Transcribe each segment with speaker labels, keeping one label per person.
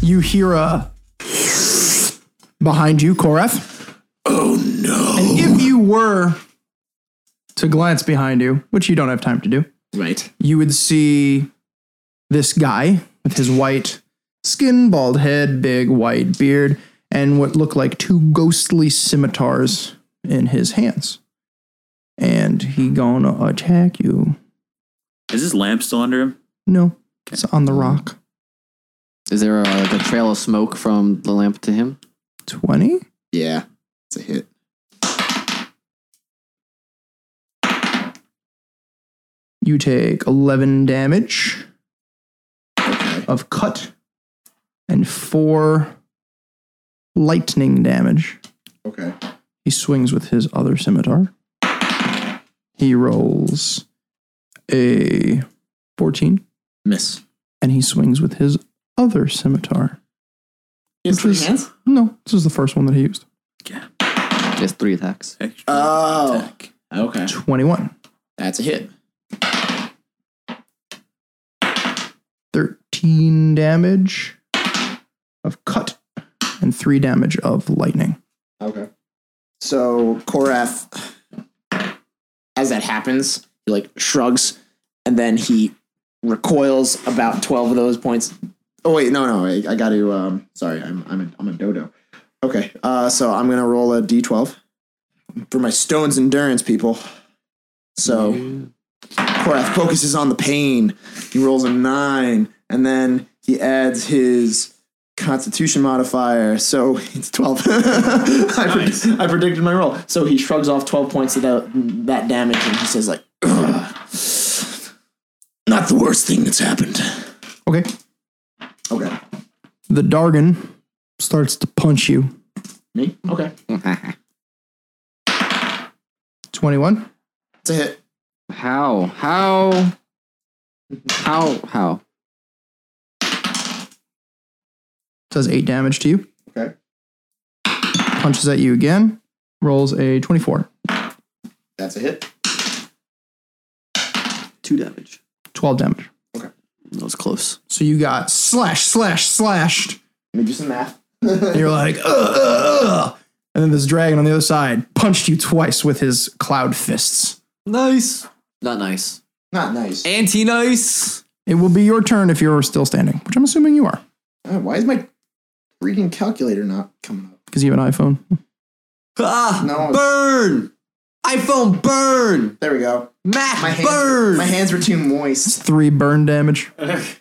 Speaker 1: you hear a behind you, Korath. Oh no. And if you were to glance behind you, which you don't have time to do,
Speaker 2: Right.
Speaker 1: you would see this guy with his white skin, bald head, big white beard, and what looked like two ghostly scimitars in his hands. And he gonna attack you.
Speaker 3: Is this lamp still under him?
Speaker 1: No, it's on the rock.
Speaker 2: Is there a, like a trail of smoke from the lamp to him?
Speaker 1: 20?
Speaker 2: Yeah, it's a hit.
Speaker 1: You take 11 damage of cut and 4 lightning damage.
Speaker 4: Okay.
Speaker 1: He swings with his other scimitar. He rolls a 14
Speaker 3: Miss.
Speaker 1: and he swings with his other scimitar.
Speaker 4: Yes,
Speaker 1: Which is- No, this is the first one that he used.
Speaker 2: He has three attacks.
Speaker 3: Extra
Speaker 4: Oh.
Speaker 3: attack.
Speaker 4: Okay.
Speaker 1: 21,
Speaker 4: That's a hit.
Speaker 1: 13 damage of cut and 3 damage of lightning.
Speaker 4: Okay. So Korath, as that happens, he like shrugs, and then he recoils about twelve of those points. Oh wait, no, no, I, I got to. Um, sorry, I'm I'm a, I'm a dodo. Okay, uh, so I'm gonna roll a d12 for my stone's endurance, people. So Korath focuses on the pain. He rolls a nine, and then he adds his constitution modifier. So it's 12. I, pred- I predicted my roll. So he shrugs off 12 points of that, that damage and he says, like, "Ugh. not the worst thing that's happened.
Speaker 1: Okay.
Speaker 4: Okay.
Speaker 1: The Dargon starts to punch you.
Speaker 4: Me? Okay.
Speaker 1: 21.
Speaker 4: It's a hit.
Speaker 2: How? How? How? How?
Speaker 1: Does 8 damage to you.
Speaker 4: Okay.
Speaker 1: Punches at you again. Rolls a 24.
Speaker 4: That's a hit.
Speaker 2: Two damage.
Speaker 1: 12 damage.
Speaker 2: That was close.
Speaker 1: So you got slash, slash, slashed.
Speaker 4: Let me do some math.
Speaker 1: And you're like, ugh, ugh, ugh. And then this dragon on the other side punched you twice with his cloud fists.
Speaker 2: Nice. Not nice.
Speaker 4: Not nice.
Speaker 2: Anti nice.
Speaker 1: It will be your turn if you're still standing, which I'm assuming you are,
Speaker 4: Uh, why is my freaking calculator not coming up?
Speaker 1: because you have an iPhone.
Speaker 2: Ah,
Speaker 4: No.
Speaker 2: Burn. iPhone burn.
Speaker 4: There we go.
Speaker 2: Mac
Speaker 4: My hands,
Speaker 2: burn.
Speaker 4: my hands were too moist.
Speaker 1: It's three burn damage.
Speaker 5: That's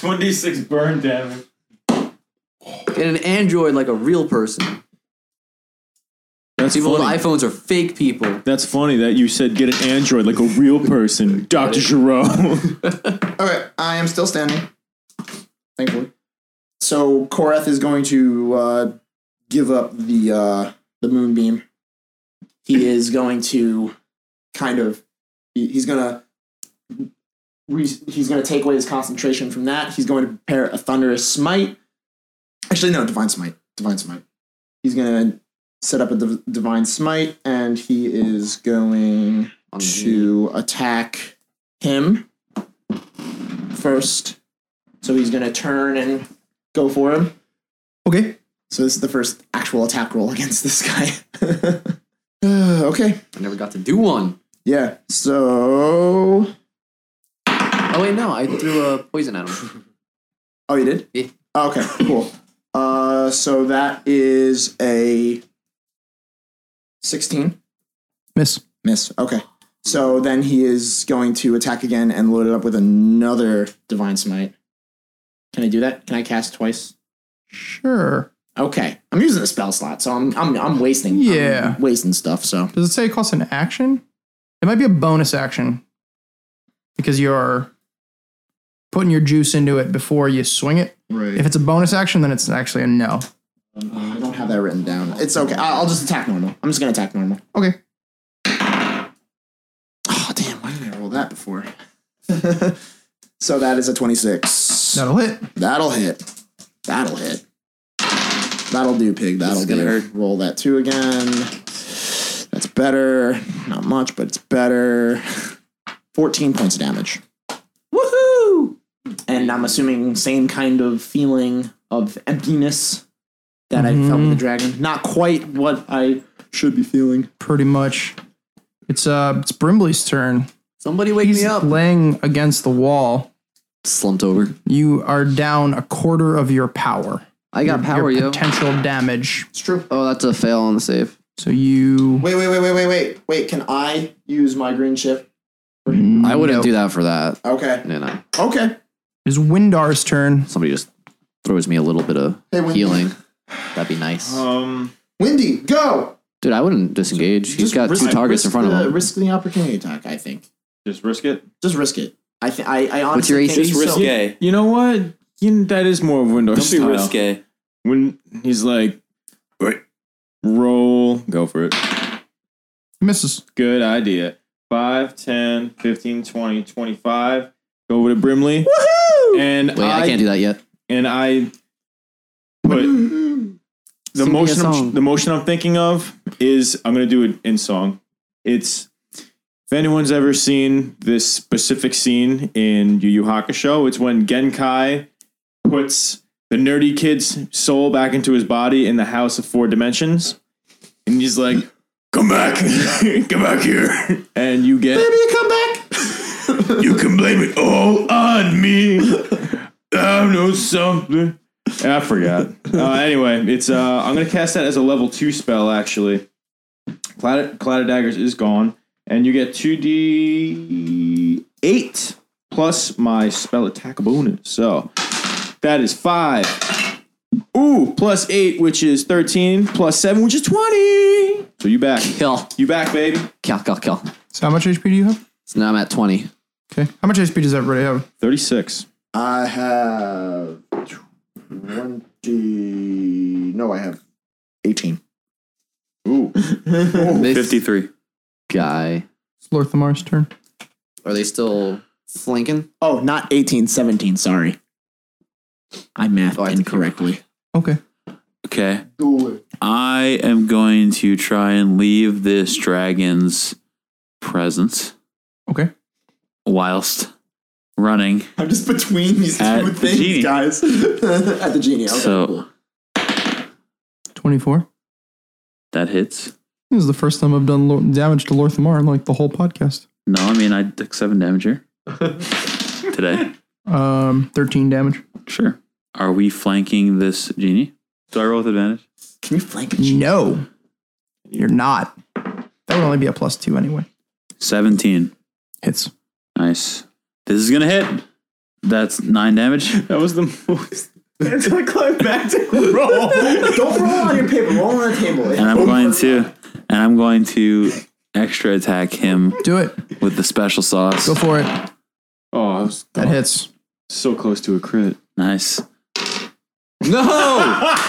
Speaker 5: 1d6 burn damage.
Speaker 2: Get an Android like a real person.
Speaker 3: That's
Speaker 2: People
Speaker 3: funny.
Speaker 2: with iPhones are fake people.
Speaker 3: That's funny that you said get an Android like a real person, Doctor Jerome.
Speaker 4: Okay, I am still standing. Thankfully. So Korath is going to uh, give up the uh, the moonbeam. He is going to kind of he- he's gonna re- he's gonna take away his concentration from that. He's going to prepare a thunderous smite. Actually, no, divine smite. Divine smite. He's gonna set up a div- divine smite, and he is going to attack him first. So he's going to turn and go for him.
Speaker 1: Okay.
Speaker 4: So this is the first actual attack roll against this guy. Uh, okay.
Speaker 2: I never got to do one.
Speaker 4: Yeah. So.
Speaker 2: Oh wait, no, I threw a poison at him.
Speaker 4: Oh, you did?
Speaker 2: Yeah.
Speaker 4: Okay, cool. Uh, so that is a 16.
Speaker 1: Miss.
Speaker 4: Miss. Okay. So then he is going to attack again and load it up with another Divine Smite. Can I do that? Can I cast twice?
Speaker 1: Sure.
Speaker 4: Okay, I'm using a spell slot, so I'm I'm I'm wasting I'm
Speaker 1: Yeah.
Speaker 4: wasting stuff. So
Speaker 1: Does it say it costs an action? It might be a bonus action because you're putting your juice into it before you swing it.
Speaker 4: right,
Speaker 1: If it's a bonus action, then it's actually a no.
Speaker 4: I don't have that written down. It's okay. I'll, I'll just attack normal. I'm just gonna attack normal.
Speaker 1: Okay.
Speaker 4: Oh damn! Why didn't I roll that before? so that is a 26.
Speaker 1: That'll hit.
Speaker 4: That'll hit. That'll hit. That'll do, pig. That'll
Speaker 2: is gonna
Speaker 4: do.
Speaker 2: hurt.
Speaker 4: Roll that two again. That's better. Not much, but it's better. 14 points of damage. Woohoo! And I'm assuming same kind of feeling of emptiness that I felt with the dragon. Not quite what I should be feeling.
Speaker 1: pretty much. It's uh, it's Brimley's turn.
Speaker 2: Somebody wake
Speaker 1: He's
Speaker 2: me up.
Speaker 1: laying against the wall.
Speaker 2: Slumped over.
Speaker 1: You are down a quarter of your power.
Speaker 2: I got power,
Speaker 1: your
Speaker 2: yo.
Speaker 1: Potential damage.
Speaker 4: It's true.
Speaker 2: oh, that's a fail on the save.
Speaker 1: So you.
Speaker 4: Wait, wait, wait, wait, wait, wait. Wait, can I use my green ship?
Speaker 2: I wouldn't
Speaker 1: Nope.
Speaker 2: do that for that.
Speaker 4: Okay.
Speaker 2: You know,
Speaker 4: Okay.
Speaker 1: It's Windar's turn.
Speaker 2: somebody just throws me a little bit of
Speaker 4: Hey, Wendy.
Speaker 2: healing. That'd be nice,
Speaker 5: Um,
Speaker 4: Windy, go!
Speaker 2: dude. I wouldn't disengage. He's
Speaker 4: Just
Speaker 2: got
Speaker 4: risk-
Speaker 2: two
Speaker 4: risk
Speaker 2: targets in front
Speaker 4: the,
Speaker 2: of him.
Speaker 4: Risk the opportunity attack, I think.
Speaker 5: just risk it.
Speaker 4: Just risk it. I, th- I, I honestly
Speaker 2: What's your
Speaker 4: think
Speaker 2: AC?
Speaker 4: so.
Speaker 6: Just risque.
Speaker 5: You know what? You- that is more of Windows
Speaker 6: Don't be
Speaker 5: style.
Speaker 6: risque.
Speaker 5: When he's like, "Wait, roll, go for it.
Speaker 1: Misses.
Speaker 5: Good idea. 5, 10, 15, 20, 25. Go with a Brimley. Woohoo! And
Speaker 2: Wait, I, can't do that yet.
Speaker 5: and I put the
Speaker 2: Sing me a
Speaker 5: motion
Speaker 2: song.
Speaker 5: I'm, the motion I'm thinking of is I'm gonna do it in song. It's if anyone's ever seen this specific scene in Yu Yu Hakusho, it's when Genkai puts the nerdy kid's soul back into his body in the house of four dimensions, and he's like, "Come back, come back here," and you get you can blame it all on me. I know something. I forgot. Uh, anyway, it's uh, I'm gonna cast that as a level two spell. Actually, Cloud, Cloud of Daggers is gone, and you get two d eight plus my spell attack bonus. So that is five. Ooh, plus eight, which is thirteen. Plus seven, which is twenty. So you back,
Speaker 2: Kill,
Speaker 5: you back, baby.
Speaker 2: kill, kill, kill.
Speaker 1: So how much HP do you have?
Speaker 2: So now I'm at twenty.
Speaker 1: Okay. How much HP does everybody have?
Speaker 5: Thirty six.
Speaker 4: I have 20. No, I have 18.
Speaker 5: Ooh,
Speaker 4: Oh,
Speaker 2: This
Speaker 6: 53.
Speaker 2: guy.
Speaker 1: It's Lorthamar's turn.
Speaker 2: Are they still flanking?
Speaker 4: Oh, not 18, 17. Sorry. I mathed
Speaker 2: Oh, I have to keep-
Speaker 4: incorrectly.
Speaker 1: Okay.
Speaker 6: Okay. I am going to try and leave this dragon's presence
Speaker 1: Okay.
Speaker 6: whilst running.
Speaker 4: I'm just between these
Speaker 6: At
Speaker 4: two
Speaker 6: the
Speaker 4: things,
Speaker 6: genie.
Speaker 4: guys. At the genie. Okay.
Speaker 6: So
Speaker 1: Twenty-four.
Speaker 6: that hits.
Speaker 1: This is the first time I've done lo- damage to Lorthamar in like the whole podcast.
Speaker 6: No, I mean, I took seven damage here today.
Speaker 1: Um, thirteen damage.
Speaker 6: Sure. Are we flanking this genie? Do I roll with advantage?
Speaker 4: Can you flank a genie?
Speaker 1: No, you're not. That would only be a plus two anyway.
Speaker 6: 17.
Speaker 1: Hits.
Speaker 6: Nice. This is going to hit. That's nine damage.
Speaker 5: that was the most anticlimactic
Speaker 4: Don't roll on your paper. Roll on the table.
Speaker 6: And I'm going to and I'm going to extra attack him
Speaker 1: Do it.
Speaker 6: with the special sauce.
Speaker 1: Go for it.
Speaker 5: Oh, I was
Speaker 1: That hits.
Speaker 5: so close to a crit.
Speaker 6: Nice.
Speaker 2: No.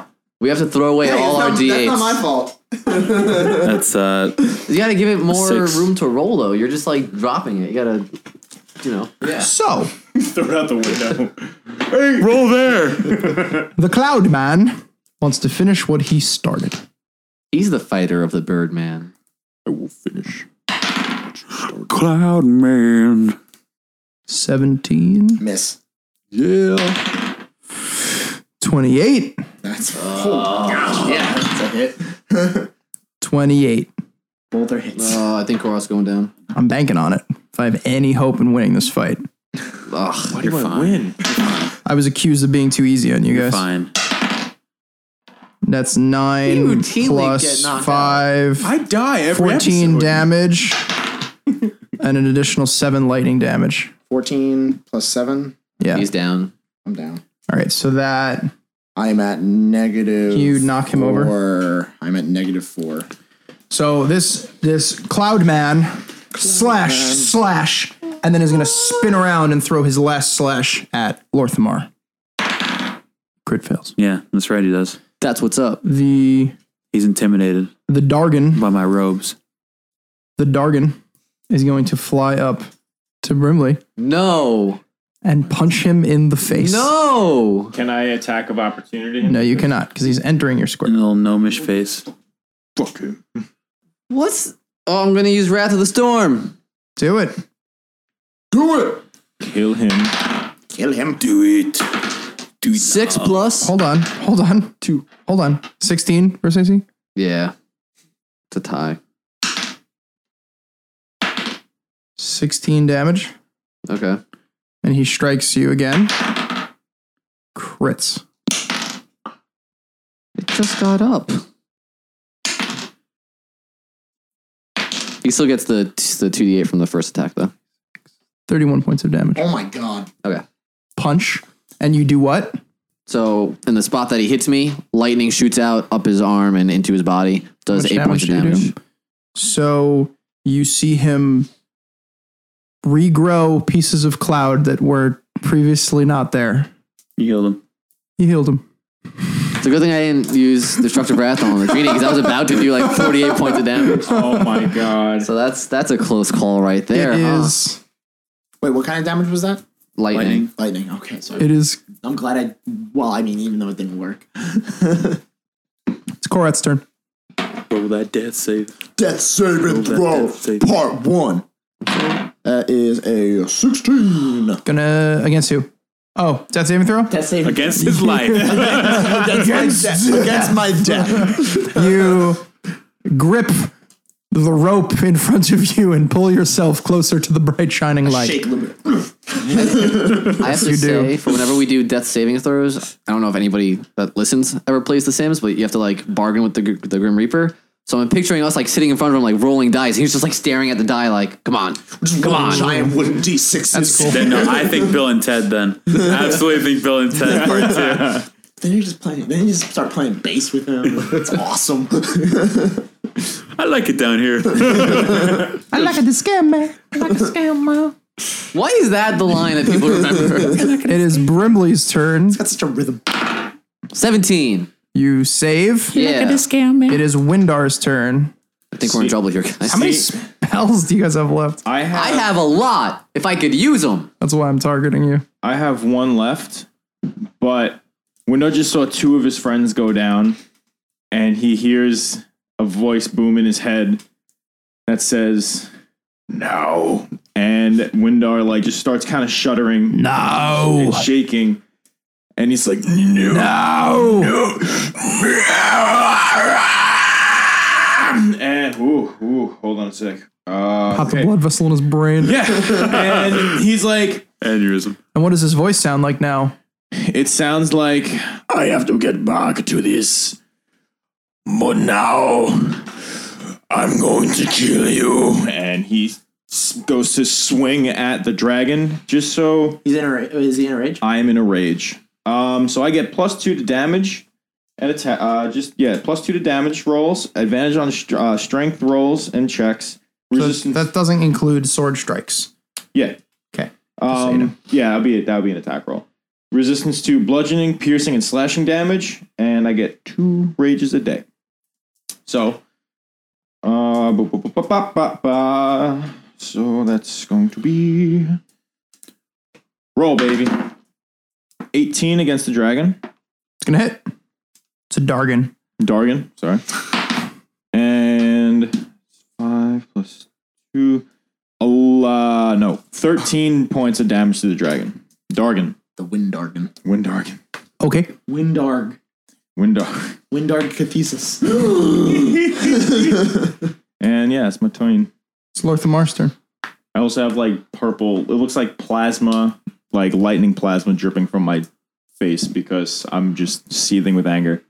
Speaker 2: we have to throw away all our
Speaker 4: That's not
Speaker 2: d8s.
Speaker 4: my fault.
Speaker 6: That's uh
Speaker 2: You gotta give it more
Speaker 6: Six.
Speaker 2: room to roll, though. You're just like dropping it. You gotta, you know.
Speaker 1: So
Speaker 5: Throw it out the window.
Speaker 6: roll there.
Speaker 1: the Cloud Man wants to finish what he started.
Speaker 2: He's the fighter of the bird man.
Speaker 6: Cloud man.
Speaker 1: Seventeen.
Speaker 4: Miss.
Speaker 6: Yeah.
Speaker 1: Twenty-eight.
Speaker 4: That's oh, gosh. Uh, Yeah, that's a hit.
Speaker 1: Twenty-eight.
Speaker 4: Both are hits.
Speaker 2: Oh, I think Koros going down.
Speaker 1: I'm banking on it. If I have any hope in winning this fight,
Speaker 2: Ugh.
Speaker 6: You're fine.
Speaker 5: Win.
Speaker 1: I was accused of being too easy on you guys.
Speaker 6: Fine.
Speaker 1: That's nine
Speaker 2: routinely
Speaker 1: plus
Speaker 2: get knocked out.
Speaker 1: five.
Speaker 5: I die every
Speaker 1: 14
Speaker 5: episode.
Speaker 1: damage and an additional 7 lightning damage.
Speaker 4: 14 plus 7.
Speaker 1: Yeah.
Speaker 2: He's down.
Speaker 4: I'm down.
Speaker 1: All right, so that
Speaker 4: I'm at negative.
Speaker 1: You knock him over?
Speaker 4: over. I'm at negative 4.
Speaker 1: so this this cloud man slash slash and then is going to spin around and throw his last slash at Lorthamar. Crit fails.
Speaker 6: Yeah, that's right, he does.
Speaker 2: That's what's up.
Speaker 1: The
Speaker 6: He's intimidated
Speaker 1: the Dargon,
Speaker 6: by my robes.
Speaker 1: the Dargon is going to fly up to Brimley
Speaker 2: No.
Speaker 1: and punch him in the face.
Speaker 2: No.
Speaker 5: Can I attack of opportunity?
Speaker 1: No, you cannot cuz he's entering your
Speaker 6: In
Speaker 1: square.
Speaker 6: a little gnomish face.
Speaker 5: Fuck him.
Speaker 2: What's? Oh, I'm gonna use Wrath of the Storm.
Speaker 1: Do it.
Speaker 5: Kill him.
Speaker 4: Kill him.
Speaker 6: Do it. do
Speaker 2: Six
Speaker 6: not.
Speaker 2: plus.
Speaker 1: Hold on. Hold on. Two. Hold on. 16 versus 16?
Speaker 2: Yeah, it's a tie.
Speaker 1: 16 damage.
Speaker 2: Okay.
Speaker 1: And he strikes you again. Crits.
Speaker 2: It just got up. He still gets the the two d eight from the first attack though.
Speaker 1: 31 points of damage.
Speaker 4: Oh my god.
Speaker 1: Punch. And you do what?
Speaker 2: So in the spot that he hits me, lightning shoots out up his arm and into his body. Does
Speaker 1: Much
Speaker 2: eight points of
Speaker 1: do you do?
Speaker 2: damage.
Speaker 1: So you see him regrow pieces of cloud that were previously not there.
Speaker 6: You healed him.
Speaker 1: He healed him.
Speaker 2: It's a good thing I didn't use destructive wrath on the treaty because I was about to do like forty eight points of damage.
Speaker 5: Oh my god.
Speaker 2: So that's that's a close call right there.
Speaker 1: it
Speaker 2: huh?
Speaker 1: is.
Speaker 4: Wait, what kind of damage was that?
Speaker 2: lightning.
Speaker 4: Lightning. Okay, sorry.
Speaker 1: It is.
Speaker 4: I'm glad I. Well, I mean, even though it didn't work.
Speaker 1: It's Korat's turn.
Speaker 6: Roll that death save.
Speaker 4: Death saving
Speaker 6: that
Speaker 4: throw,
Speaker 6: death save.
Speaker 4: part one. That is a 16.
Speaker 1: Gonna against you. Oh, death saving throw.
Speaker 4: Death saving
Speaker 6: Against his life.
Speaker 4: against, against my death.
Speaker 1: You grip the rope in front of you and pull yourself closer to the bright shining light.
Speaker 4: Shake a little bit.
Speaker 2: I have to
Speaker 1: you do.
Speaker 2: say, for whenever we do death saving throws, I don't know if anybody that listens ever plays The Sims, but you have to like bargain with the gr- the Grim Reaper. So I'm picturing us like sitting in front of him, like rolling dice. He's just like staring at the die, like, "Come on, come on."
Speaker 4: Giant wooden D6s.
Speaker 6: then, no, I think Bill and Ted then. I absolutely think Bill and Ted part two.
Speaker 4: Then you're just playing. Then you just start playing bass with them. It's awesome.
Speaker 6: I like it down here.
Speaker 1: I like the scam, man. I like the scam, man.
Speaker 2: Why is that the line that people remember?
Speaker 1: It is Brimley's turn.
Speaker 4: That's such a rhythm.
Speaker 2: Seventeen.
Speaker 1: You save.
Speaker 2: Yeah,
Speaker 1: It is Windar's turn.
Speaker 2: I think we're in trouble here, guys.
Speaker 1: How many spells do you guys have left?
Speaker 5: I have,
Speaker 2: I have a lot. If I could use them,
Speaker 1: That's why I'm targeting you.
Speaker 5: I have one left, but Window just saw two of his friends go down, and he hears a voice boom in his head that says, "No." And Windar like just starts kind of shuddering
Speaker 1: No.
Speaker 5: and shaking, and he's like, "No."
Speaker 1: No.
Speaker 5: And ooh, ooh, hold on a sec. Uh,
Speaker 1: Pop the
Speaker 5: okay.
Speaker 1: blood vessel in his brain.
Speaker 5: Yeah, and he's like,
Speaker 6: Aneurysm.
Speaker 1: And what does his voice sound like now?
Speaker 5: it sounds like I have to get back to this, but now I'm going to kill you. And he s- goes to swing at the dragon, just so
Speaker 4: He's in a. ra- Is he in a rage?
Speaker 5: I am in a rage. Um, so I get plus two to damage and attack. Uh, just yeah, plus two to damage rolls, advantage on str uh, strength rolls and checks,
Speaker 1: So
Speaker 5: resistance.
Speaker 1: that doesn't include sword strikes.
Speaker 5: yeah,
Speaker 1: Okay. so you know.
Speaker 5: um, yeah, that'll be it. That'll be an attack roll. Resistance to bludgeoning, piercing, and slashing damage, and I get two rages a day. So, uh, bu- bu- bu- bu- bu- bu- bu- so that's going to be roll, baby. Eighteen against the dragon,
Speaker 1: It's gonna hit. It's a Dargon.
Speaker 5: Dargan. Sorry, and five plus two. el- Uh, no, thirteen points of damage to the dragon, Dargan.
Speaker 4: The Windargan.
Speaker 5: Windarg.
Speaker 1: Okay.
Speaker 4: Windarg.
Speaker 5: Windarg.
Speaker 4: Windarg Cathesis.
Speaker 5: And yeah, it's my turn.
Speaker 1: It's Lorthamar's turn.
Speaker 5: I also have like purple. It looks like plasma, like lightning plasma dripping from my face because I'm just seething with anger.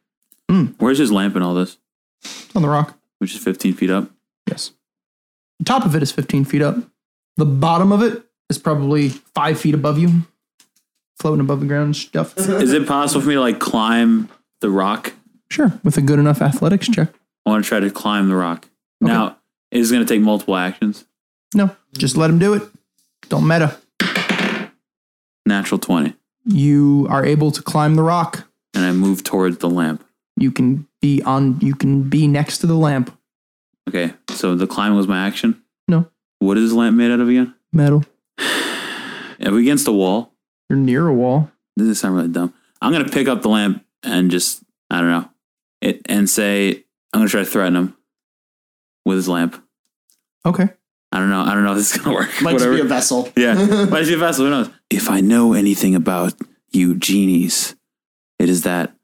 Speaker 6: Where's his lamp and all this?
Speaker 1: It's on the rock.
Speaker 6: Which is 15 feet up.
Speaker 1: Yes. The top of it is 15 feet up. The bottom of it is probably five feet above you, floating above the ground and stuff.
Speaker 6: Is it possible for me to like climb the rock?
Speaker 1: sure, with a good enough athletics check.
Speaker 6: I want to try to climb the rock. Now, it is going to take multiple actions.
Speaker 1: No, just let him do it. Don't meta.
Speaker 6: Natural 20.
Speaker 1: You are able to climb the rock.
Speaker 6: And I move towards the lamp.
Speaker 1: You can be on. You can be next to the lamp.
Speaker 6: Okay, so the climbing was my action.
Speaker 1: No
Speaker 6: What is the lamp made out of again?
Speaker 1: metal.
Speaker 6: Are we against the wall?
Speaker 1: You're near a wall.
Speaker 6: This is sound really dumb. I'm going to pick up the lamp and just, I don't know, it, and say, I'm going to try to threaten him with his lamp.
Speaker 1: Okay.
Speaker 6: I don't know. I don't know if this is going to work.
Speaker 4: Might just
Speaker 6: Whatever.
Speaker 4: be a vessel.
Speaker 6: Yeah. Why is he a vassal? Who knows? If I know anything about you genies, It is that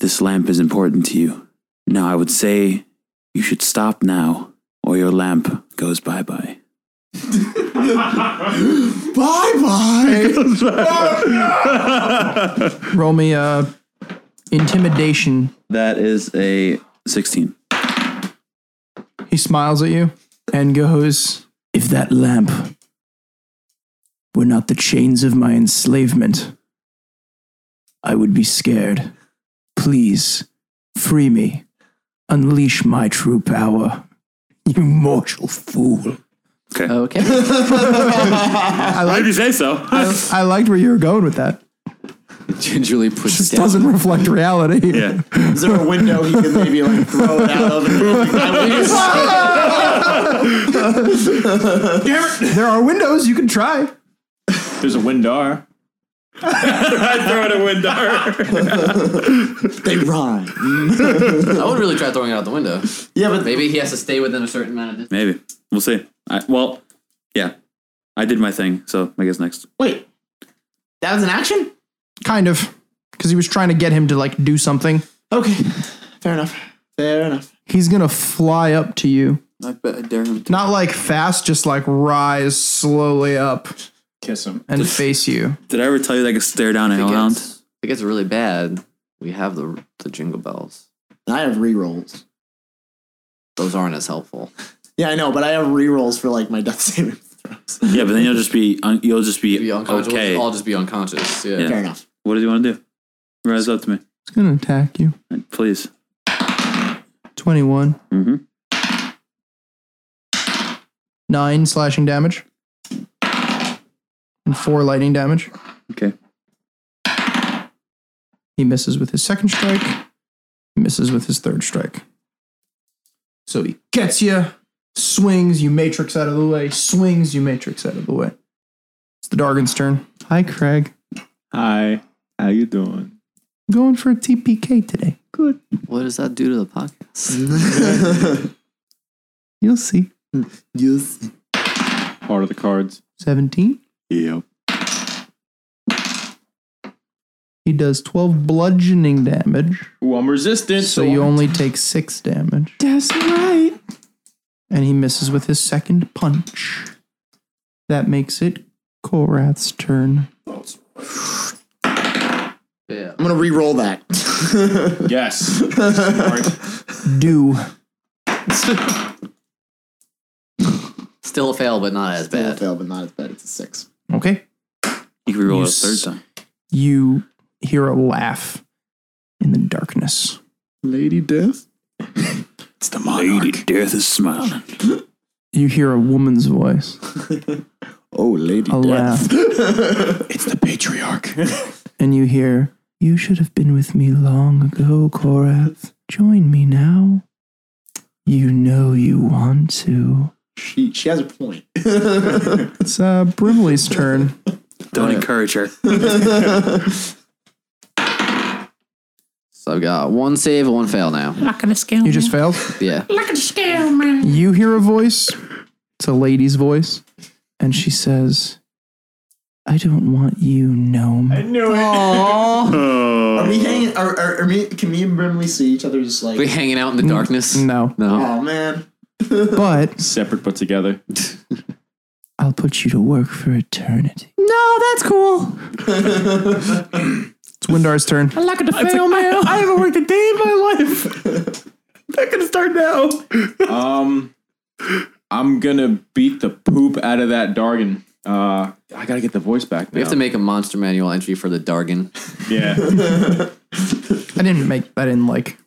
Speaker 6: this lamp is important to you. Now, I would say you should stop now, or your lamp goes bye bye.
Speaker 1: Roll me uh, intimidation.
Speaker 6: That is a 16.
Speaker 1: He smiles at you and goes, If that lamp were not the chains of my enslavement, I would be scared. Please free me. Unleash my true power. You mortal fool.
Speaker 2: Okay.
Speaker 6: Why did you say so?
Speaker 1: I, I liked where you were going with that.
Speaker 2: Gingerly puts
Speaker 1: This
Speaker 2: down.
Speaker 1: doesn't reflect reality.
Speaker 6: yeah.
Speaker 4: Is there a window he could maybe like throw it out of?
Speaker 1: There are windows. You can try.
Speaker 5: There's a windar.
Speaker 4: They rhyme.
Speaker 2: I would really try throwing it out the window.
Speaker 4: Yeah, but
Speaker 2: Maybe he has to stay within a certain amount of distance.
Speaker 6: Maybe. We'll see. I, well, yeah. I did my thing, so I guess next.
Speaker 4: wait, that was an action.
Speaker 1: Kind of. Because he was trying to get him to like do something.
Speaker 4: Okay, fair enough. Fair enough.
Speaker 1: He's gonna fly up to you.
Speaker 2: I bet I dare him.
Speaker 1: Not like fast, just like rise slowly up
Speaker 5: Kiss him.
Speaker 1: and face you.
Speaker 6: Did I ever tell you that I could stare down a
Speaker 2: If it
Speaker 6: hellhound?
Speaker 2: gets, if it gets really bad, we have the the jingle bells.
Speaker 4: And I have rerolls.
Speaker 2: Those aren't as helpful.
Speaker 4: Yeah, I know, but I have rerolls for like my death saving throws.
Speaker 6: Yeah, but then you'll just be un- you'll just be,
Speaker 2: Be unconscious.
Speaker 6: okay.
Speaker 2: We'll all just be unconscious. Yeah.
Speaker 6: Yeah.
Speaker 4: Fair enough.
Speaker 6: What do you want to do? Rise up to me,
Speaker 1: It's gonna attack you.
Speaker 6: please.
Speaker 1: 21.
Speaker 6: Mm-hmm.
Speaker 1: Nine slashing damage. And four lightning damage.
Speaker 6: Okay.
Speaker 1: He misses with his second strike. He misses with his third strike. So he gets you, swings, you matrix out of the way, swings, you matrix out of the way. It's the Dargan's turn. Hi, Craig.
Speaker 5: Hi. How you doing?
Speaker 1: I'm going for a TPK today. Good.
Speaker 2: What does that do to the podcast?
Speaker 1: You'll see.
Speaker 4: Yes.
Speaker 5: Part of the cards.
Speaker 1: 17.
Speaker 5: Yep.
Speaker 1: He does 12 bludgeoning damage.
Speaker 5: Ooh, I'm resistant.
Speaker 1: So you only take six damage. That's right. And he misses with his second punch. That makes it Korath's turn.
Speaker 2: yeah.
Speaker 4: I'm gonna re-roll that.
Speaker 5: Yes.
Speaker 1: Do.
Speaker 2: Still a fail, but not as
Speaker 4: Fail,
Speaker 2: bad.
Speaker 4: fail, but not as bad. It's a six.
Speaker 1: Okay.
Speaker 6: You can reroll
Speaker 1: You
Speaker 6: it a
Speaker 1: s-
Speaker 6: third time.
Speaker 1: You hear a laugh in the darkness.
Speaker 4: Lady Death.
Speaker 6: It's the monarch. Lady Death is smiling.
Speaker 1: You hear a woman's voice.
Speaker 4: Oh, Lady
Speaker 1: A laugh.
Speaker 5: it's the patriarch.
Speaker 1: And you hear, You should have been with me long ago, Korath. Join me now. You know you want to.
Speaker 4: She, she has a point.
Speaker 1: It's uh, Brimley's turn.
Speaker 6: Don't encourage her.
Speaker 2: So I've got one save and one fail now.
Speaker 1: You just failed?
Speaker 2: Yeah.
Speaker 1: You hear a voice. It's a lady's voice. And she says, I don't want you, gnome.
Speaker 5: knew
Speaker 4: Are we hanging? Are, are, are me? Can me and Brimley see each other? Just like,
Speaker 2: We hanging out in the darkness.
Speaker 1: No.
Speaker 2: No.
Speaker 4: oh man,
Speaker 1: But
Speaker 5: Separate but together.
Speaker 1: I'll put you to work for eternity. No, that's cool. it's Windar's turn. I like it to fail, man. oh, I haven't worked a day in my life.
Speaker 5: Um, I'm gonna beat the poop out of that Dargon. Uh, I gotta get the voice back now.
Speaker 2: We have to make a monster manual entry for the Dargon.
Speaker 5: yeah.
Speaker 1: I didn't make, I didn't like.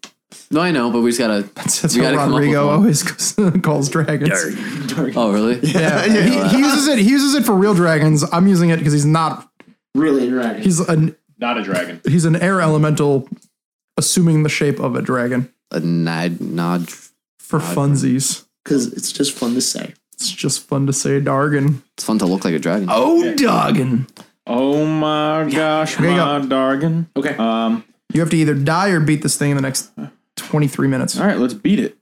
Speaker 2: No, I know, but we just gotta.
Speaker 1: That's
Speaker 2: we
Speaker 1: how
Speaker 2: gotta come up with
Speaker 1: Rodrigo
Speaker 2: one.
Speaker 1: always goes- calls dragons.
Speaker 2: Oh, really?
Speaker 1: Yeah. He, he uses it. He uses it for real dragons. I'm using it because he's not.
Speaker 4: really, right?
Speaker 1: He's an
Speaker 5: Not a dragon.
Speaker 1: he's an air elemental, assuming the shape of a dragon
Speaker 2: A nod, nod.
Speaker 1: for funsies.
Speaker 4: Because it's just fun to say.
Speaker 1: It's just fun to say Dargon.
Speaker 2: It's fun to look like a dragon.
Speaker 1: Oh, Dargon.
Speaker 5: Oh my gosh,
Speaker 1: you
Speaker 5: my Dargon.
Speaker 4: Okay.
Speaker 5: Um,
Speaker 1: You have to either die or beat this thing in the next 23 minutes.
Speaker 5: all right, let's beat it.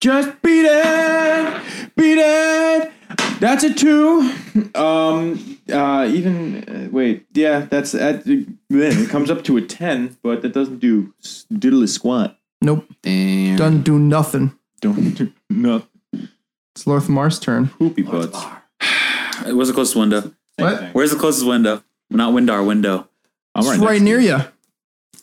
Speaker 5: Just beat it, beat it. That's a two. Um, Uh, even uh, wait, yeah, that's that. It comes up to a ten, but that doesn't do s- diddle a squat.
Speaker 1: Nope.
Speaker 2: Damn.
Speaker 1: Doesn't do nothing.
Speaker 5: Don't do no
Speaker 1: It's Lorthamar's turn.
Speaker 5: poopy butts.
Speaker 6: Where's the closest window?
Speaker 1: What?
Speaker 5: thing.
Speaker 6: Where's the closest window? Not window, our window.
Speaker 5: I'm
Speaker 1: It's
Speaker 5: right.
Speaker 1: right
Speaker 5: next-
Speaker 1: near you.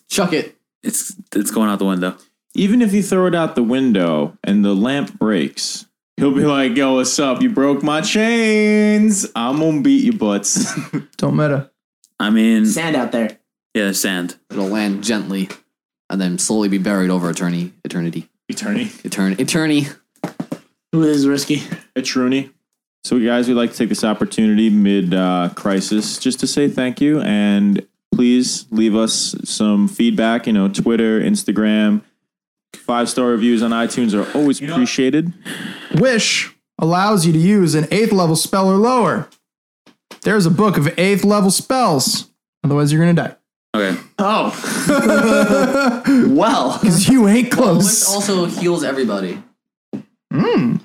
Speaker 2: Chuck it.
Speaker 6: It's it's going out the window.
Speaker 5: Even if you throw it out the window and the lamp breaks, he'll be like, "Yo, what's up? You broke my chains. I'm gonna beat your butts."
Speaker 1: Don't matter.
Speaker 6: I mean,
Speaker 4: Sand out there.
Speaker 6: yeah, there's sand.
Speaker 2: It'll land gently and then slowly be buried over eternity. Eternity.
Speaker 5: Eternity,
Speaker 2: Eternity. Eternity.
Speaker 4: Ooh, this is risky.
Speaker 5: Etruni. So, guys, we'd like to take this opportunity mid uh, crisis just to say thank you and please leave us some feedback. You know, Twitter, Instagram, five star reviews on iTunes are always appreciated.
Speaker 1: Wish allows you to use an eighth level spell or lower. There's a book of eighth level spells. Otherwise, you're going to die.
Speaker 6: Okay.
Speaker 4: Oh. well.
Speaker 1: Because you ain't close.
Speaker 2: Wish also heals everybody. Mm.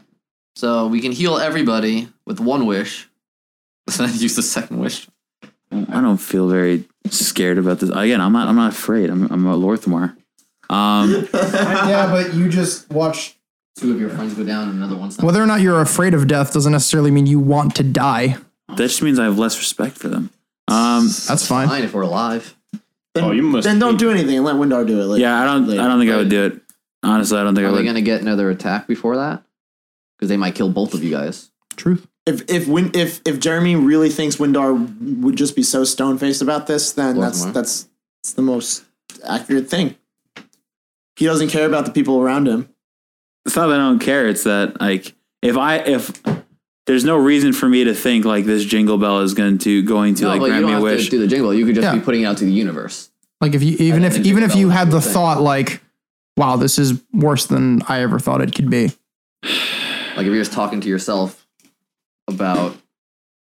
Speaker 2: So we can heal everybody with one wish. Then use the second wish.
Speaker 6: I don't feel very scared about this. Again, I'm not. I'm not afraid. I'm. I'm a Lorthmar. Um,
Speaker 1: yeah, but you just watched.
Speaker 2: Two of your friends go down and another one's not.
Speaker 1: Whether or not you're afraid of death doesn't necessarily mean you want to die.
Speaker 6: that just means I have less respect for them. Um,
Speaker 1: That's fine.
Speaker 2: Fine if we're alive.
Speaker 4: Then,
Speaker 5: Oh, you must
Speaker 4: then don't
Speaker 5: hate-
Speaker 4: do anything and let Windar do it. Like,
Speaker 6: yeah, I don't. I don't think I would do it. Honestly, I don't think I
Speaker 2: Are they
Speaker 6: would.
Speaker 2: going to get another attack before that? Because they might kill both of you guys.
Speaker 1: Truth.
Speaker 4: If if Win, if if Jeremy really thinks Windar would just be so stone faced about this, then
Speaker 2: Lord
Speaker 4: that's
Speaker 2: Mar.
Speaker 4: that's that's the most accurate thing. He doesn't care about the people around him.
Speaker 6: it's not that I don't care. It's that like if I if there's no reason for me to think like this jingle bell is going to going to
Speaker 2: No,
Speaker 6: like
Speaker 2: but you
Speaker 6: grant
Speaker 2: don't
Speaker 6: me a
Speaker 2: have
Speaker 6: wish.
Speaker 2: to do the jingle. You could just
Speaker 1: Yeah.
Speaker 2: be putting it out to the universe.
Speaker 1: Like if you even
Speaker 2: I
Speaker 1: if
Speaker 2: think
Speaker 1: even
Speaker 2: it's
Speaker 1: if you
Speaker 2: valid,
Speaker 1: had the
Speaker 2: I think.
Speaker 1: thought like, wow, this is worse than I ever thought it could be.
Speaker 2: Like if you're just talking to yourself about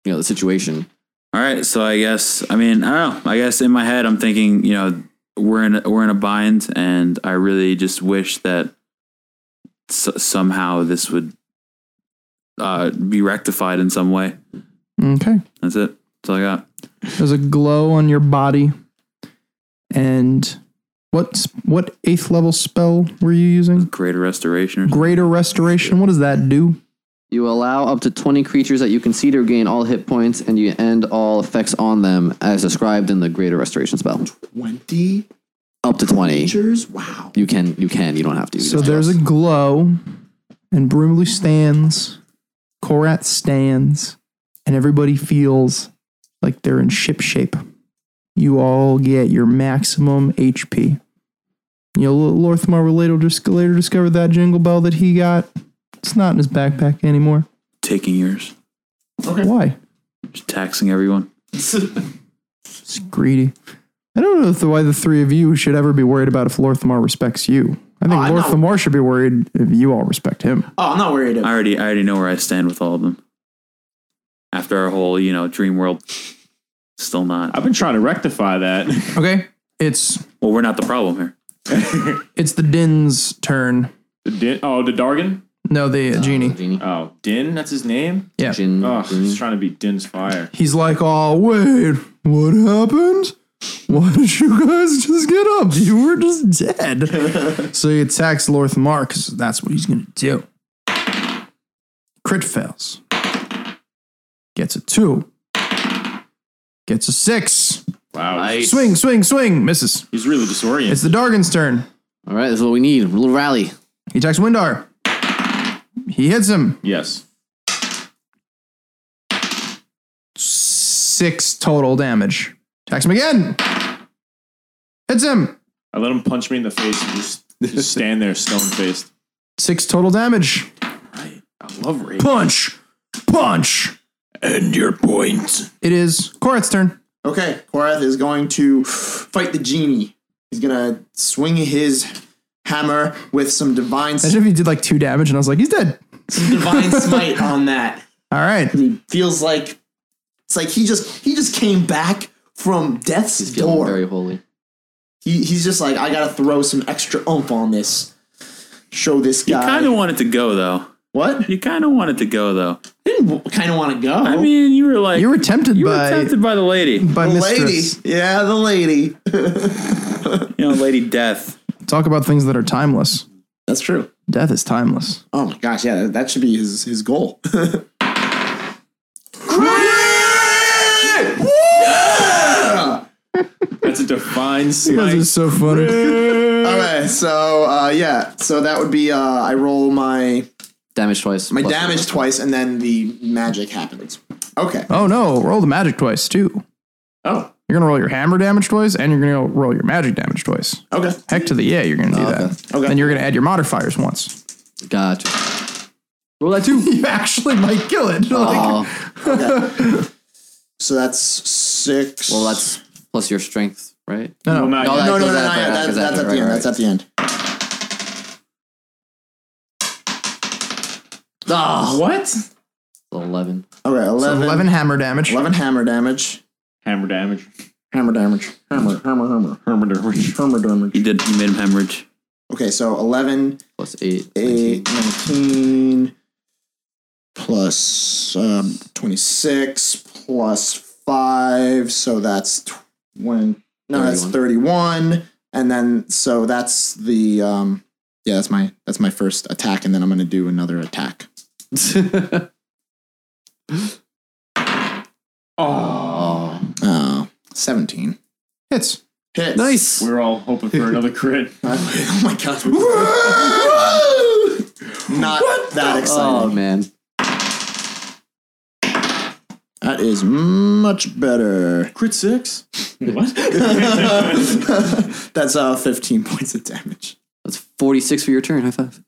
Speaker 2: you know the situation.
Speaker 6: All right, so I guess I mean I don't know. I guess in my head I'm thinking you know we're in we're in a bind, and I really just wish that s- somehow this would uh, be rectified in some way.
Speaker 1: Okay.
Speaker 6: That's it. That's all I got.
Speaker 1: There's a glow on your body, and what what eighth level spell were you using?
Speaker 6: Greater restoration. Or something.
Speaker 1: Greater restoration. What does that do?
Speaker 2: You allow up to 20 creatures that you concede or gain all hit points, and you end all effects on them as described in the Greater Restoration spell.
Speaker 4: Twenty
Speaker 2: Up to 20.
Speaker 4: years? Wow.
Speaker 2: You can, you can, you don't have to. You
Speaker 1: So
Speaker 2: just-
Speaker 1: there's a glow, and Broomley stands, Korath stands, and everybody feels like they're in ship shape. You all get your maximum HP. You know, Lorthmar will later, dis- later discover that jingle bell that he got. It's not in his backpack anymore.
Speaker 6: Taking yours,
Speaker 1: Why?
Speaker 6: just taxing everyone.
Speaker 4: Oh,
Speaker 1: It's greedy. I don't know if the, why the three of you should ever be worried about if Lorthmar respects you. I think
Speaker 4: I know.
Speaker 1: Lorthmar should be worried if you all respect him.
Speaker 4: Oh, I'm not worried.
Speaker 6: I
Speaker 4: About
Speaker 6: already I already know where I stand with all of them. After our whole you know dream world, still not.
Speaker 5: I've been trying to rectify that.
Speaker 1: Okay. It's
Speaker 6: Well, we're not the problem here.
Speaker 1: it's the Din's turn.
Speaker 5: The Din- oh, the Dargan?
Speaker 1: No, the uh, genie.
Speaker 2: Genie.
Speaker 5: Oh, Din? That's his name?
Speaker 1: Yeah.
Speaker 2: Gin-
Speaker 5: Oh,
Speaker 2: genie.
Speaker 5: he's trying to be Din's fire.
Speaker 1: He's like, oh, wait, what happened? Why did you guys just get up? You were just dead. so he attacks Lorthmar because that's what he's going to do. Crit fails. Gets a two. Gets a six.
Speaker 5: Wow.
Speaker 1: Swing, swing, swing. Misses.
Speaker 5: He's really disoriented.
Speaker 1: It's the Dargan's turn.
Speaker 2: All right, this is what we need. A little rally.
Speaker 1: He attacks Windar. He hits him.
Speaker 5: yes.
Speaker 1: Six total damage. Attacks him again. Hits him.
Speaker 5: I let him punch me in the face and just, just stand there stone faced.
Speaker 1: Six total damage.
Speaker 5: I love Ray.
Speaker 1: Punch! Punch!
Speaker 5: And your point.
Speaker 1: It is Korath's turn.
Speaker 4: it. Okay, Korath is going to fight the genie. He's gonna swing his hammer with some divine
Speaker 1: Imagine if he did like two damage and I was like, he's dead.
Speaker 4: divine smite on that.
Speaker 1: All right.
Speaker 4: He feels like it's like he just he just came back from death's
Speaker 2: He's feeling
Speaker 4: door.
Speaker 2: very holy.
Speaker 4: he, he's just like I gotta throw some extra oomph on this. Show this guy.
Speaker 6: Kind of wanted to go though.
Speaker 4: What?
Speaker 6: You kind of wanted to go though.
Speaker 4: Didn't kind of want to go.
Speaker 6: I mean, you were like
Speaker 1: You were tempted
Speaker 6: you were
Speaker 1: by
Speaker 6: tempted by the lady, you
Speaker 1: by
Speaker 4: the
Speaker 1: mistress.
Speaker 4: lady. Yeah, the lady.
Speaker 6: know, Lady Death.
Speaker 1: Talk about things that are timeless.
Speaker 4: That's true.
Speaker 1: Death is timeless.
Speaker 4: Oh my gosh, yeah, that- that should be his his goal.
Speaker 5: That's a defined
Speaker 1: This
Speaker 5: smite.
Speaker 1: is so funny.
Speaker 4: Okay, so uh, yeah, so that would be uh, I roll my
Speaker 2: Damage twice.
Speaker 4: my
Speaker 2: plus-
Speaker 4: damage twice, and then the magic happens. Okay.
Speaker 1: Oh no, roll the magic twice too.
Speaker 4: Oh.
Speaker 1: You're gonna roll your hammer damage twice, and you're gonna roll your magic damage twice.
Speaker 4: Okay.
Speaker 1: Heck to the yeah, you're gonna do
Speaker 2: Oh, okay.
Speaker 1: that. Okay. Then you're gonna add your modifiers once.
Speaker 2: Gotcha. Roll that too.
Speaker 1: You actually might kill it. Like,
Speaker 2: Aw.
Speaker 4: So that's six. Oh,
Speaker 2: well, that's plus your strength, right?
Speaker 1: no, no.
Speaker 2: No,
Speaker 5: Well, not-
Speaker 4: no, no, no,
Speaker 2: That
Speaker 4: no.
Speaker 2: goes
Speaker 4: That,
Speaker 2: after,
Speaker 4: that, that's at the
Speaker 2: that goes after, right,
Speaker 4: end.
Speaker 2: right.
Speaker 4: That's at the end. Ah.
Speaker 2: Oh,
Speaker 5: What?
Speaker 2: 11.
Speaker 4: Okay,
Speaker 1: So
Speaker 4: 11,
Speaker 1: 11 hammer damage.
Speaker 4: 11 hammer damage.
Speaker 5: Hammer damage.
Speaker 4: Hammer damage. Hammer, hammer, hammer.
Speaker 5: Hammer damage.
Speaker 4: Hammer damage.
Speaker 6: You did you made him hemorrhage.
Speaker 4: Okay, so 11,
Speaker 2: Plus 8. 19.
Speaker 4: 8, 19, plus um, 26, plus 5, so that's 20, no, that's 31, and then, so that's the, um, yeah, that's my, that's my first attack, and then I'm going to do another attack.
Speaker 2: Oh.
Speaker 4: Oh, 17.
Speaker 1: Hits.
Speaker 4: Hits.
Speaker 2: Nice.
Speaker 5: We're all hoping for another crit.
Speaker 4: oh my god. Not that
Speaker 2: Oh,
Speaker 4: exciting.
Speaker 2: man.
Speaker 4: that is much better.
Speaker 5: Crit six?
Speaker 4: That's uh, 15 points of damage.
Speaker 2: That's 46 for your turn. High five.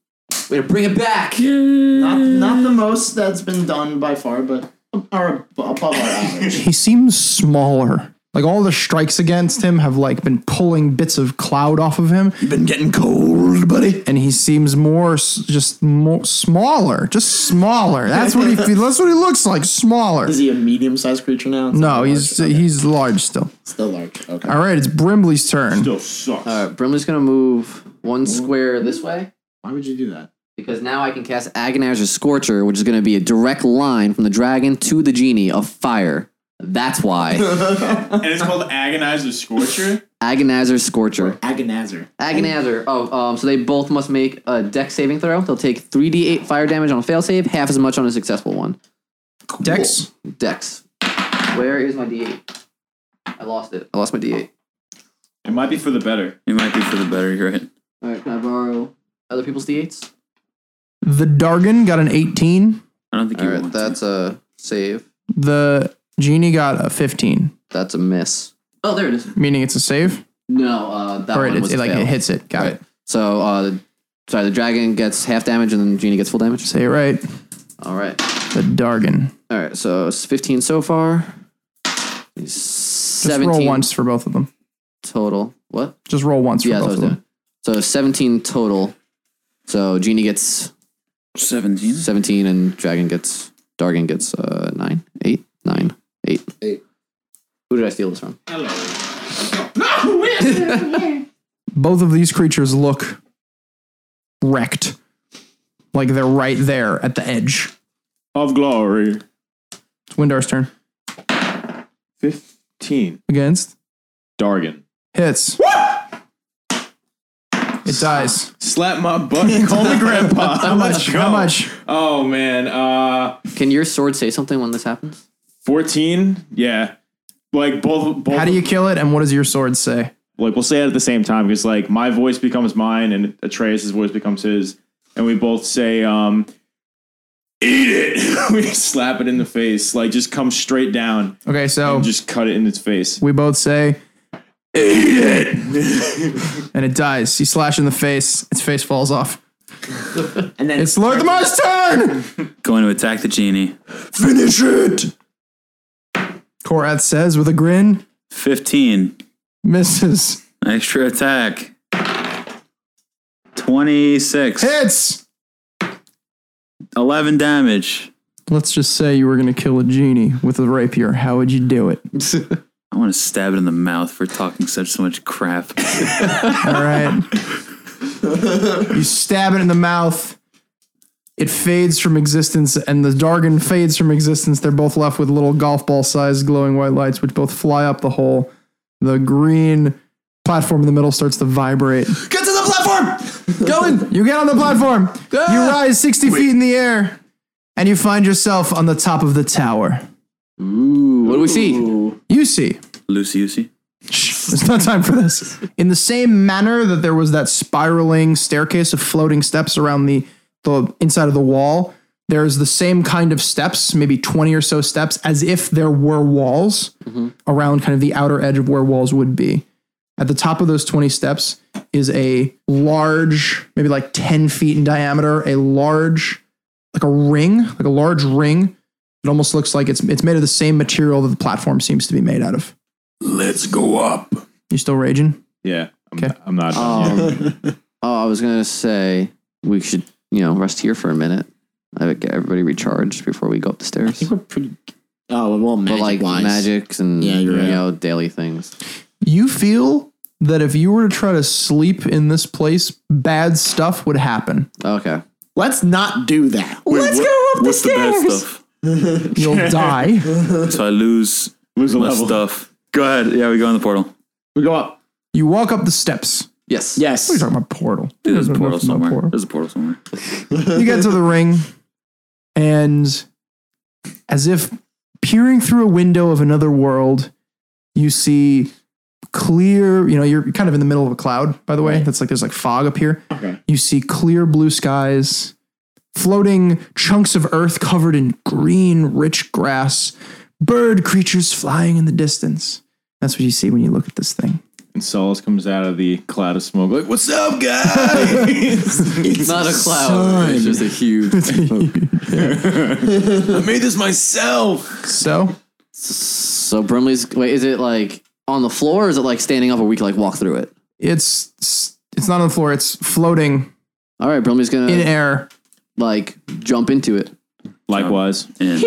Speaker 2: Way to bring it back.
Speaker 4: Not, not the most that's been done by far, but are above our average.
Speaker 1: He seems smaller. Like all the strikes against him have like been pulling bits of cloud off of him,
Speaker 4: You've been getting cold, buddy.
Speaker 1: and he seems more s- just more smaller, just smaller. That's what he fe- that's what he looks like, smaller.
Speaker 4: Is he a medium sized creature now? It's
Speaker 1: No,
Speaker 4: not
Speaker 1: he's
Speaker 4: large.
Speaker 1: he's large still.
Speaker 4: still large. Okay.
Speaker 1: All right, it's Brimley's turn.
Speaker 5: Still sucks.
Speaker 2: All right, Brimley's going to move one square this way.
Speaker 4: Why would you do that?
Speaker 2: Because now I can cast Agonizer's Scorcher, which is going to be a direct line from the dragon to the genie of fire. That's why.
Speaker 5: and it's called Agonize the Scorcher?
Speaker 2: Agonizer's Scorcher.
Speaker 4: Agonizer.
Speaker 2: Agonizer. Oh, um, so they both must make a deck saving throw. They'll take 3d8 fire damage on a failsave, half as much on a successful one.
Speaker 1: Dex.
Speaker 2: Dex. Where is my d8? I lost it. I lost my d8.
Speaker 5: It might be for the better.
Speaker 6: It might be for the better, you're right?
Speaker 2: All right, can I borrow other people's d8s?
Speaker 1: The Dargon got an 18.
Speaker 6: I don't think
Speaker 2: All
Speaker 6: you
Speaker 2: right,
Speaker 6: want
Speaker 2: that's a save.
Speaker 1: The genie got a 15,
Speaker 2: That's a miss. Oh, there it is.
Speaker 1: meaning it's a save.
Speaker 2: No, uh, that
Speaker 1: or
Speaker 2: one
Speaker 1: it,
Speaker 2: was
Speaker 1: it,
Speaker 2: a
Speaker 1: like it
Speaker 2: fail.
Speaker 1: hits it. Got
Speaker 2: Right.
Speaker 1: it.
Speaker 2: So, uh, sorry, the dragon gets half damage and then genie gets full damage.
Speaker 1: Say it right.
Speaker 2: All right,
Speaker 1: The Dargon.
Speaker 2: all right. So it's fifteen so far.
Speaker 1: Just
Speaker 2: Seventeen
Speaker 1: roll once for both of them.
Speaker 2: total. What?
Speaker 1: Just roll once for
Speaker 2: yeah, that's
Speaker 1: both
Speaker 2: what I
Speaker 1: of
Speaker 2: was
Speaker 1: them.
Speaker 2: doing. So seventeen total. So genie gets
Speaker 6: seventeen.
Speaker 2: seventeen and dragon gets Dargan gets uh nine, eight, nine, eight,
Speaker 4: Eight.
Speaker 2: Who did I steal this from?
Speaker 1: Both of these creatures look wrecked. Like they're right there at the edge.
Speaker 5: Of glory.
Speaker 1: It's Windar's turn.
Speaker 5: 15.
Speaker 1: Against.
Speaker 5: Dargan.
Speaker 1: Hits. It dies.
Speaker 5: Slap my butt. Call me grandpa. How much?
Speaker 1: How much?
Speaker 5: Oh, man. Uh,
Speaker 2: Can your sword say something when this happens?
Speaker 5: 14? Yeah. Like, both. both
Speaker 1: How do you kill it? And what does your sword say?
Speaker 5: like we'll say it at the same time because like my voice becomes mine and Atreus's voice becomes his, and we both say, um, "Eat it!" we slap it in the face, like just come straight down,
Speaker 1: Okay, so
Speaker 5: just cut it in its face.
Speaker 1: We both say, Eat it! and it dies. You slash in the face, its face falls off.
Speaker 4: And then
Speaker 1: It's Lord Lamar's turn!
Speaker 6: Going to attack the genie.
Speaker 1: Finish it! Korath says with a grin,
Speaker 6: Fifteen.
Speaker 1: misses,
Speaker 6: Extra attack. Twenty six.
Speaker 1: hits!
Speaker 6: Eleven damage.
Speaker 1: Let's just say you were gonna kill a genie with a rapier. How would you do it?
Speaker 6: I want to stab it in the mouth for talking such so much crap.
Speaker 1: All right. you stab it in the mouth. It fades from existence, and the Dargon fades from existence. They're both left with little golf ball sized glowing white lights, which both fly up the hole. The green platform in the middle starts to vibrate.
Speaker 4: Get to the platform! Going!
Speaker 1: You get on the platform. You rise 60 feet in the air, and you find yourself on the top of the tower.
Speaker 2: What do we see?
Speaker 1: You see,
Speaker 6: Lucy, Lucy.
Speaker 1: it's not time for this. In the same manner that there was that spiraling staircase of floating steps around the, the inside of the wall, there's the same kind of steps, maybe 20 or so steps, as if there were walls around kind of the outer edge of where walls would be. At the top of those 20 steps is a large, maybe like 10 feet in diameter, a large, like a ring, like a large ring. It almost looks like it's it's made of the same material that the platform seems to be made out of.
Speaker 5: Let's go up.
Speaker 1: You still raging?
Speaker 5: Yeah. I'm,
Speaker 1: Okay.
Speaker 5: I'm not.
Speaker 2: Um, oh, I was gonna say we should you know rest here for a minute. I would get everybody recharged before we go up the
Speaker 4: I
Speaker 2: stairs.
Speaker 4: think we're pretty. Oh well,
Speaker 2: But
Speaker 4: magic
Speaker 2: like
Speaker 4: wise.
Speaker 2: magics and
Speaker 4: Yeah, you're
Speaker 2: you
Speaker 4: right.
Speaker 2: know daily things.
Speaker 1: You feel that if you were to try to sleep in this place, bad stuff would happen.
Speaker 2: Okay.
Speaker 4: Let's not do that.
Speaker 6: Let's go up the stairs. bad stuff?
Speaker 1: You'll die.
Speaker 6: So I lose
Speaker 5: Lose a
Speaker 6: my
Speaker 5: level.
Speaker 6: stuff. Go ahead. Yeah, we go in the portal.
Speaker 5: We go up.
Speaker 1: You walk up the steps.
Speaker 2: Yes.
Speaker 4: Yes.
Speaker 1: What are you talking about? Portal.
Speaker 6: Dude, there's a
Speaker 1: There's
Speaker 6: portal
Speaker 1: nothing about
Speaker 6: somewhere.
Speaker 1: portal.
Speaker 6: There's a portal somewhere.
Speaker 1: You get to the ring, and as if peering through a window of another world, you see clear, you know, you're kind of in the middle of a cloud, by the way. That's like there's like fog up here. You see clear blue skies, floating chunks of earth covered in green, rich grass, bird creatures flying in the distance. That's what you see when you look at this thing.
Speaker 5: And Solace comes out of the cloud of smoke. Like, what's up, guys?
Speaker 2: It's not a cloud. It's just a huge.
Speaker 5: I made this myself.
Speaker 1: So
Speaker 2: so Brimley's wait. Is it like on the floor? or Is it like standing up, or we can like walk through it?
Speaker 1: it's it's not on the floor, it's floating
Speaker 2: All right, Brimley's gonna
Speaker 1: in air.
Speaker 2: like jump into it.
Speaker 5: Likewise.
Speaker 6: And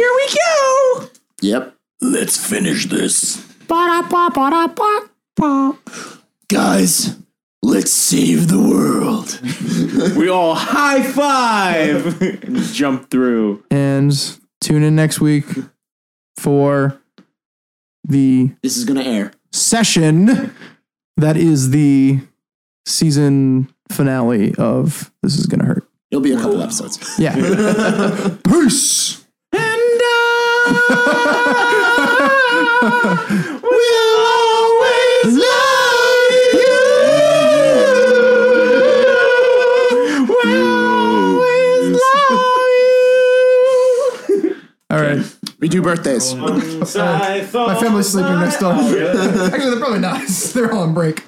Speaker 4: Yep.
Speaker 5: Let's finish this.
Speaker 4: Guys, let's save the world.
Speaker 5: We all high five. Jump through.
Speaker 1: and tune in next week for the
Speaker 4: This is gonna air.
Speaker 1: session that is the season finale of This Is Gonna Hurt.
Speaker 4: It'll be a couple episodes.
Speaker 1: Yeah. Peace. uh, All right.
Speaker 4: We do birthdays.
Speaker 1: My family's sleeping next door. Actually, they're probably not. They're all on break.